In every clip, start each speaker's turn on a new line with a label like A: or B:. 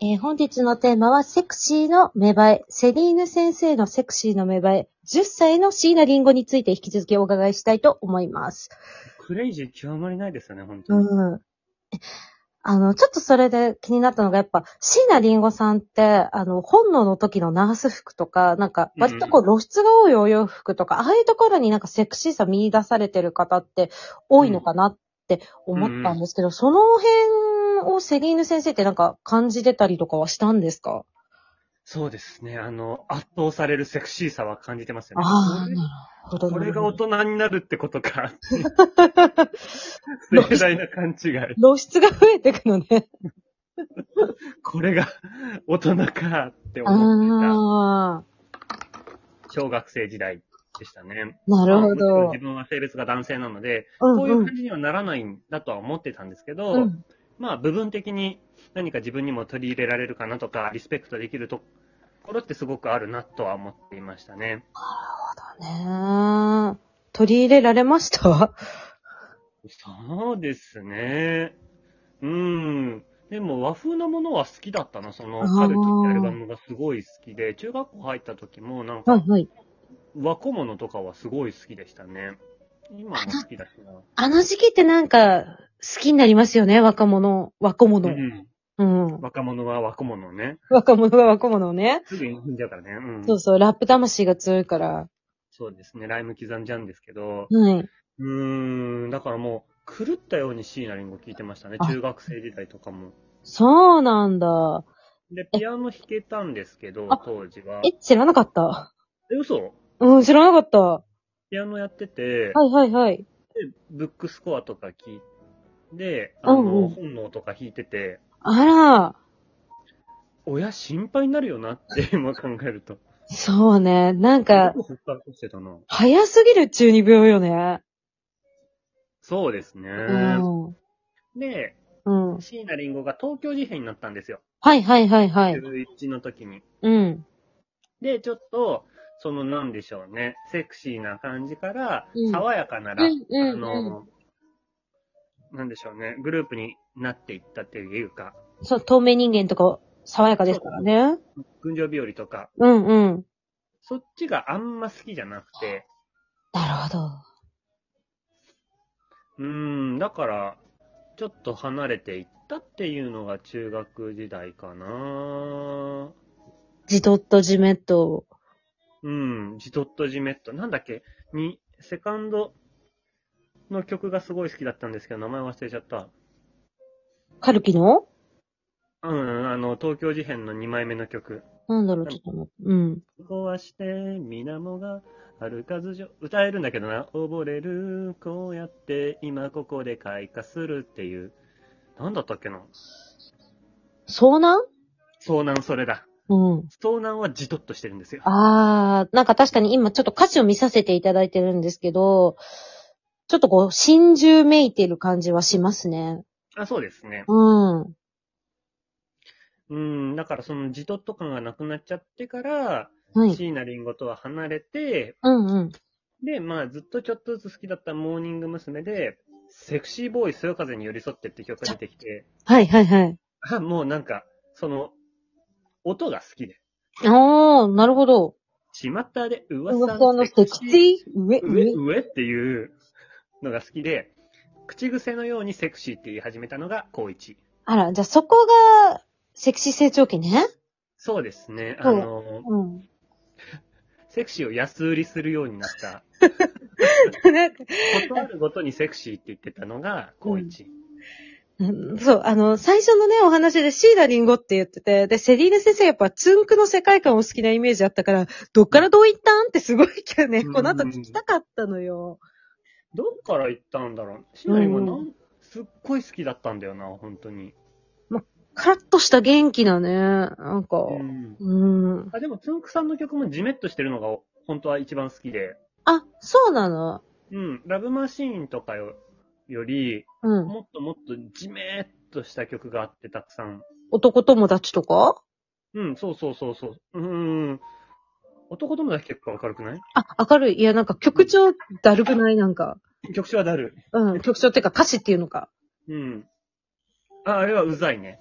A: えー本日のテーマは、セクシーの芽生え、セリーヌ先生のセクシーの芽生え、10歳の椎名林檎について引き続きお伺いしたいと思います。
B: クレイジー極まりないですよね、本当に。
A: うん。あの、ちょっとそれで気になったのが、やっぱ、椎名林檎さんって、あの、本能の時のナース服とか、なんか、
B: うん
A: 割とこう露出が多いお洋服とか、ああいうところになんかセクシーさ見出されてる方って多いのかなって思ったんですけど、その辺をセリーヌ先生ってなんか感じてたりとかはしたんですか
B: そうですね。あの、圧倒されるセクシーさは感じてますよね。
A: ああ、なるほど。
B: これが大人になるってこと か。
A: どう
B: 盛大な勘違い。
A: 露出が増えてくのね。
B: これが大人かって思って
A: ああ、
B: た小学生時代でしたね。
A: なるほ
B: まあもちろん
A: ど
B: 自。分は性別が男性なので、
A: うん
B: こういう
A: うん
B: 感じにはならないんだとは思ってたんですけど、
A: うん
B: まあ部分的に何か自分にも取り入れられるかなとか、リスペクトできるところってすごくあるなとは思っていましたね。
A: ねえ。取り入れられました
B: そうですね。うん。でも和風なものは好きだったな、その
A: あー、
B: カルキってアルバムがすごい好きで、中学校入った時もなん
A: は
B: か
A: い、はい。
B: 和小物とかはすごい好きでしたね。今も好きだしな。
A: あの時期ってなんか、好きになりますよね、若者、若
B: う
A: 者。
B: ん。
A: うん。
B: 若者は和小物をね。
A: 若者が若者をね。
B: すぐに踏んじゃうからね。うん。
A: そうそう、ラップ魂が強いから。
B: そうですね。ライム刻んじゃうんですけど。
A: はい。
B: うーん。だからもう、狂ったように椎名林檎聞いてましたね。
A: あ
B: 中学生時代とかも。
A: そうなんだ。
B: で、ピアノ弾けたんですけど
A: あ、
B: 当時は。
A: え、知らなかった。
B: え、嘘
A: うん、知らなかった。は
B: ピアノやってて、
A: いはいはい。
B: で、ブックスコアとか聞いて、あ
A: うんうん
B: の、本能とか弾いてて、
A: あら、
B: 親心配になるよな って今考えると。
A: そうね。なん
B: よ
A: か、
B: くほったらかしてたな。
A: 早すぎる中二病よね。
B: そうですね。
A: うん。
B: で、
A: うん。
B: 椎名林檎が東京事変になったんですよ。
A: はいはいはいはい。
B: 11の時に。
A: うん。
B: で、ちょっと、そのなんでしょうね、セクシーな感じから
A: うん、
B: 爽やかなら、
A: うんうん
B: あの、なんでしょうね、グループになっていったっていうか、
A: そう、透明人間とか、爽やかですからね。
B: 群青日和とか、
A: うんうん。
B: そっちがあんま好きじゃなくて、
A: なるほど。
B: うーん、だから、ちょっと離れていったっていうのが中学時代かな
A: じとっとじめっと。
B: うん、じとっとじめっと。なんだっけに、セカンドの曲がすごい好きだったんですけど、名前忘れちゃった。
A: カルキの
B: うん、あの、東京事変の2枚目の曲。
A: なんだろう、ちょっと待って。うん。
B: 壊して、水面が歩かずじょ、歌えるんだけどな。溺れる、こうやって、今ここで開花するっていう。なんだったっけな
A: 遭難
B: 遭難それだ。
A: うん。
B: 遭難はじとっとしてるんですよ。
A: あー、なんか確かに今ちょっと歌詞を見させていただいてるんですけど、ちょっとこう、真珠めいてる感じはしますね。
B: あ、そうですね。
A: うん。
B: うん、だからそのじとっと感がなくなっちゃってから、
A: はい。
B: 椎名林檎とは離れて、
A: うんうん。
B: で、まあずっとちょっとずつ好きだったモーニング娘。で、セクシーボーイそよ風に寄り添ってって曲が出てきて、
A: はいはいはい。
B: あ、もうなんか、その、音が好きで。
A: おー、なるほど。
B: 巷で噂
A: 噂の
B: の
A: セ
B: セ
A: ク
B: クシー、
A: シー上、
B: 上、
A: 上。
B: 上っていうのが好きで、口癖のようにセクシーって言い始めたのが高一。
A: あら、じゃあそこが、セクシー成長期ね。
B: そうですね。あ
A: そう
B: の、
A: うん。
B: セクシーを安売りするようになった。
A: なんか
B: ことあるごとにセクシーって言ってたのが、高一。
A: うんそう、あの、最初のね、お話でシーダリンゴって言ってて、で、セリーヌ先生やっぱツンクの世界観を好きなイメージあったから、どっからどういったんってすごいけどね、
B: うん
A: この後聞きたかったのよ。
B: どっから行ったんだろうシナリもな、
A: うん
B: すっごい好きだったんだよな、本当に。
A: カラッとした元気なね、なんか、
B: うん。
A: うん。
B: あ、でも、つんくさんの曲もジメッとしてるのが、本当は一番好きで。
A: あ、そうなの
B: うん。ラブマシーンとかよ、より、
A: うん。
B: もっともっとジメッとした曲があって、たくさん。
A: 男友達とか
B: うん、そうそうそうそう。うん。男友達結構明るくない
A: あ、明るい。いや、なんか曲調だるくないなんか。
B: 曲調はだる。
A: うん、曲調っていうか歌詞っていうのか。
B: うん。あ、あれはうざい ね。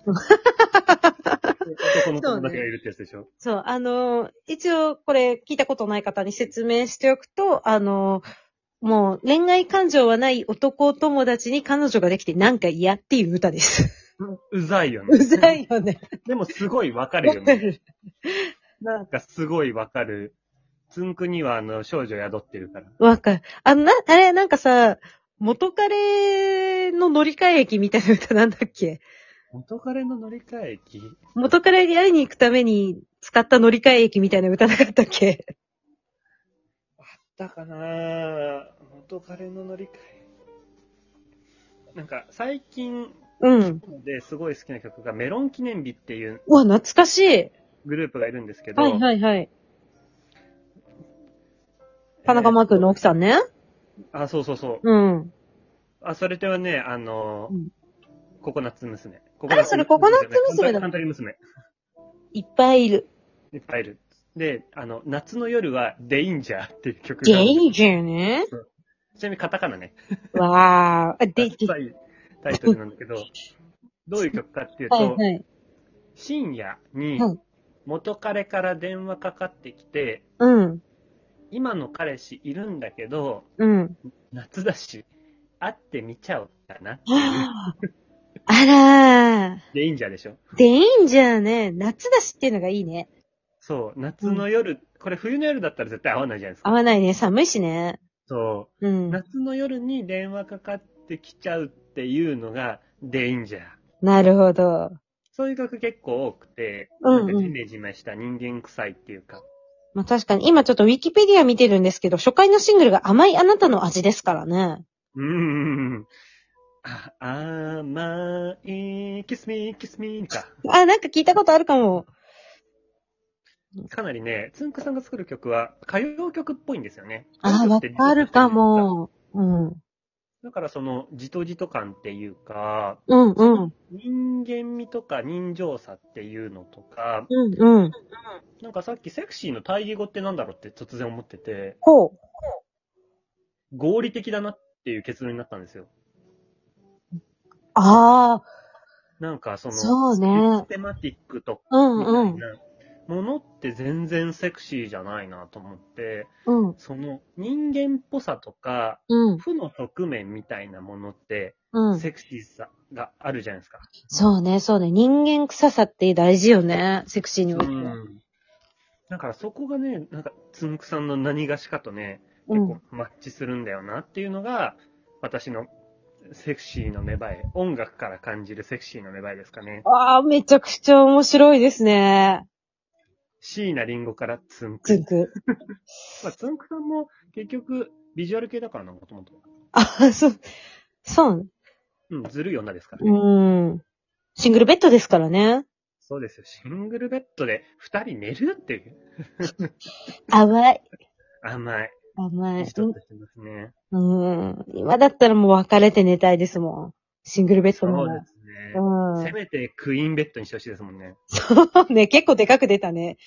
B: 男の友達がいるってやつでしょ。
A: そう、あのー、一応これ聞いたことない方に説明しておくと、あのー、もう恋愛感情はない男友達に彼女ができてなんか嫌っていう歌 です。
B: うざいよね。
A: うざいよね。
B: でもすごいわかる
A: わ
B: よ
A: か
B: ね。
A: る。
B: なんかすごいわかる。つんくにはあの、少女宿ってるから。
A: わかる。あの、な、あれ、なんかさ、元彼の乗り換え駅みたいな歌なんだっけ
B: 元彼の乗り換え駅
A: 元彼に会いに行くために使った乗り換え駅みたいな歌なかったっけ
B: だかな元彼の乗り換え。なんか、最近
A: うん。
B: ですごい好きな曲がメロン記念日っていう
A: うわ、懐かしい。
B: グループがいるんですけど、
A: はいはいはい。田中マー君の奥さんね。
B: あ、そうそうそう。
A: うん。
B: あ、それではね、あの、
A: うん
B: ココナッツ娘。コ
A: あれそれココナッツ娘だ
B: カントリー娘。
A: いっぱいいる。
B: いっぱいいる。で、あの、夏の夜はデインジャーっていう曲が。
A: デイジャーね。
B: ちなみにカタカナね。
A: わー。
B: タ
A: あデイジャー。
B: イタイトルなんだ けど、どういう曲かっていうと、
A: はいはい。
B: 深夜に
A: はい
B: 元彼から電話かかってきて、
A: うん。
B: 今の彼氏いるんだけど、
A: うん。
B: 夏だし、会ってみちゃおうかなって いう。
A: あらー。
B: デインジャーでしょ
A: デインジャーね。夏だしっていうのがいいね。
B: そう、夏の夜、これ冬の夜だったら絶対会わないじゃないです
A: 合
B: か。
A: わないね。寒いしね。
B: そう。
A: うん。
B: 夏の夜に電話かかってきちゃうっていうのがデインジャー。
A: なるほど。
B: そういう曲結構多くて、
A: う
B: な
A: んうん
B: んかジメジメした人間臭いっていうか。
A: まあ確かに、今ちょっとウィキペディア見てるんですけど、初回のシングルが甘いあなたの味ですからね。
B: うーん。あ、甘い、キスミー、キスミーか。
A: あ、なんか聞いたことあるかも。
B: かなりね、つんくさんが作る曲は歌謡曲っぽいんですよね。
A: あ、わかるか。も。うん。うん
B: だからその、じとじと感っていうか、
A: うん。
B: 人間味とか人情さっていうのとか、
A: うんうん。
B: なんかさっきセクシーの対義語ってなんだろうって突然思ってて、
A: こう。
B: 合理的だなっていう結論になったんですよ。
A: あ
B: なんかそ
A: あ、
B: の、
A: そう
B: シ
A: ね
B: ス。テマティックとか
A: うん
B: みた
A: う
B: い
A: ん。
B: なものって全然セクシーじゃないなと思って、
A: うん
B: その人間っぽさとか、
A: うん
B: 負の側面みたいなものって、
A: うん。
B: セクシーさがあるじゃないですか。
A: そうね、そうね。人間臭さって大事よね。セクシーにおいては。
B: ん。だからそこがね、なんか、つんくさんの何がしかとね、
A: う
B: 結
A: ん
B: 構。マッチするんだよなっていうのが、私のセクシーの芽生え、音楽から感じるセクシーの芽生えですかね。
A: ああ、めちゃくちゃ面白いですね。
B: 椎名林檎からつん
A: つ
B: く。
A: んく。
B: まあ、つんくさんも結局、ビジュアル系だからな、もともと。
A: あ、そう。そう。
B: うん、ずるい女ですからね。
A: うん。シングルベッドですからね。
B: そうですよ。シングルベッドで二人寝るっていう。
A: 淡い。
B: 甘い。
A: 甘
B: いい
A: い。
B: 人ってしてますね。
A: うん。今だったらもう別れて寝たいですもん。シングルベッ
B: そ
A: ドの
B: う
A: 方が
B: で。すね。
A: う
B: せ
A: ん。
B: めてクイーンベッドにしてほしいですもんね。
A: そうね、結構でかく出たね。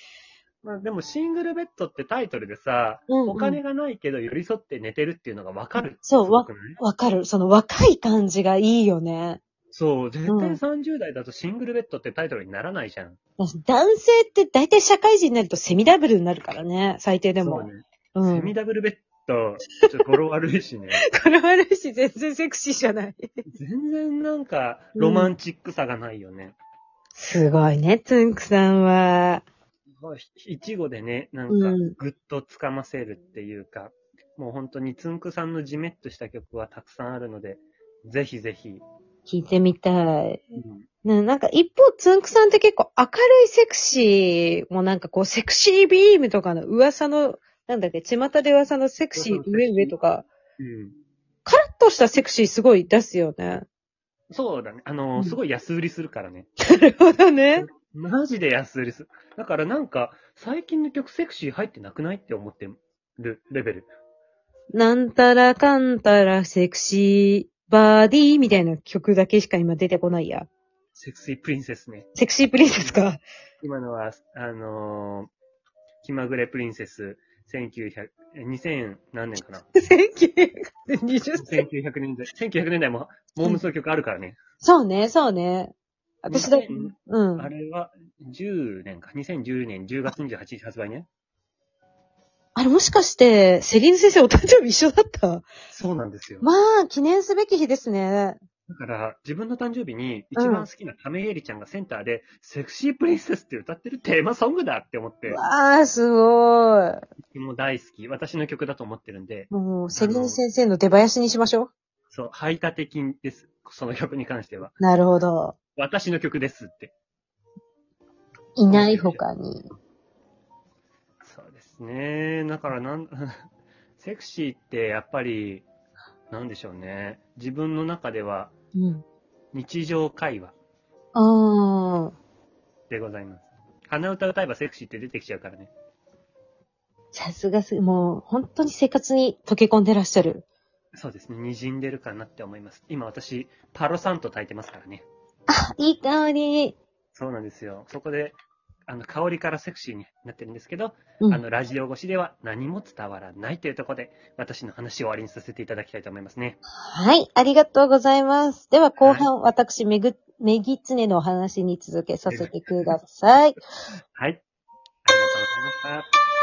B: まあでもシングルベッドってタイトルでさ、
A: うんうん
B: お金がないけど寄り添って寝てるっていうのがわかるって
A: そう
B: すごくない
A: わかる。その若い感じがいいよね。
B: そう、絶
A: うん
B: 対30代だとシングルベッドってタイトルにならないじゃん。
A: 男性って大体社会人になるとセミダブルになるからね。最低でも。
B: そうね、
A: う
B: セミ
A: ん。
B: ダブルベッド、ちょっと語呂悪いし ね。
A: これ悪いし、全然セクシーじゃない。
B: 全然なんか、ロマンチックさがないよね。
A: すごいね、つんくさんは。
B: いちごでね、なん
A: うん
B: か、ぐっとつかませるっていうか、もう本当につんくさんのじめっとした曲はたくさんあるので、ぜひぜひ。
A: 聞いてみたい。ね、なんか一方、つんくさんって結構明るいセクシーもなんかこう、セクシービームとかの噂の、なんだっけ、巷で噂のセクシー上上とか、
B: うん
A: カラッとしたセクシーすごい出すよね。
B: そうだね。あ
A: う
B: の、
A: ん
B: すごい安売りするからね。
A: なるほどね。
B: マジで安売りする。だからなんか、最近の曲セクシー入ってなくないって思ってるレベル。
A: なんたらかんたらセクシーバーディーみたいな曲だけしか今出てこないや。
B: セクシープリンセスね。
A: セクシープリンセスか。
B: 今のは、あのー気まぐれプリンセス、1900、え2000何年かな
A: 1920
B: 1900年代、1900年代も、モームスの曲あるからね。
A: そうね、そうね。私だ、うん。
B: あれは、10年か、2010年10月28日発売ね。
A: あれもしかして、セリーヌ先生お誕生日一緒だった
B: そうなんですよ。
A: まあ、記念すべき日ですね。
B: だから、自分の誕生日に一番好きなタメイエリちゃんがセンターで、セクシープリンセスって歌ってるテーマソングだって思って、
A: わあ、すごい。
B: もう大好き。私の曲だと思ってるんで、
A: もう、セリーヌ先生の出囃子にしましょう。
B: そう、排他的です。その曲に関しては。
A: なるほど。
B: 私の曲ですって。
A: いない他に。
B: そうですね。だからなん、 セクシーってやっぱり、なんでしょうね。自分の中では
A: うん。
B: 日常会話
A: ああ。
B: でございます。鼻歌歌えばセクシーって出てきちゃうからね。
A: さすがす、もう、本当に生活に溶け込んでらっしゃる。
B: そうですね。滲んでるかなって思います。今私、パロサント炊いてますからね。
A: あ、いい香り。
B: そうなんですよ。そこで、あの、香りからセクシーになってるんですけど、
A: うん
B: あの、ラジオ越しでは何も伝わらないというところで、私の話を終わりにさせていただきたいと思いますね。
A: はい、ありがとうございます。では、後半、私、めぐ、めぎつねのお話に続けさせてください。
B: はい。ありがとうございました。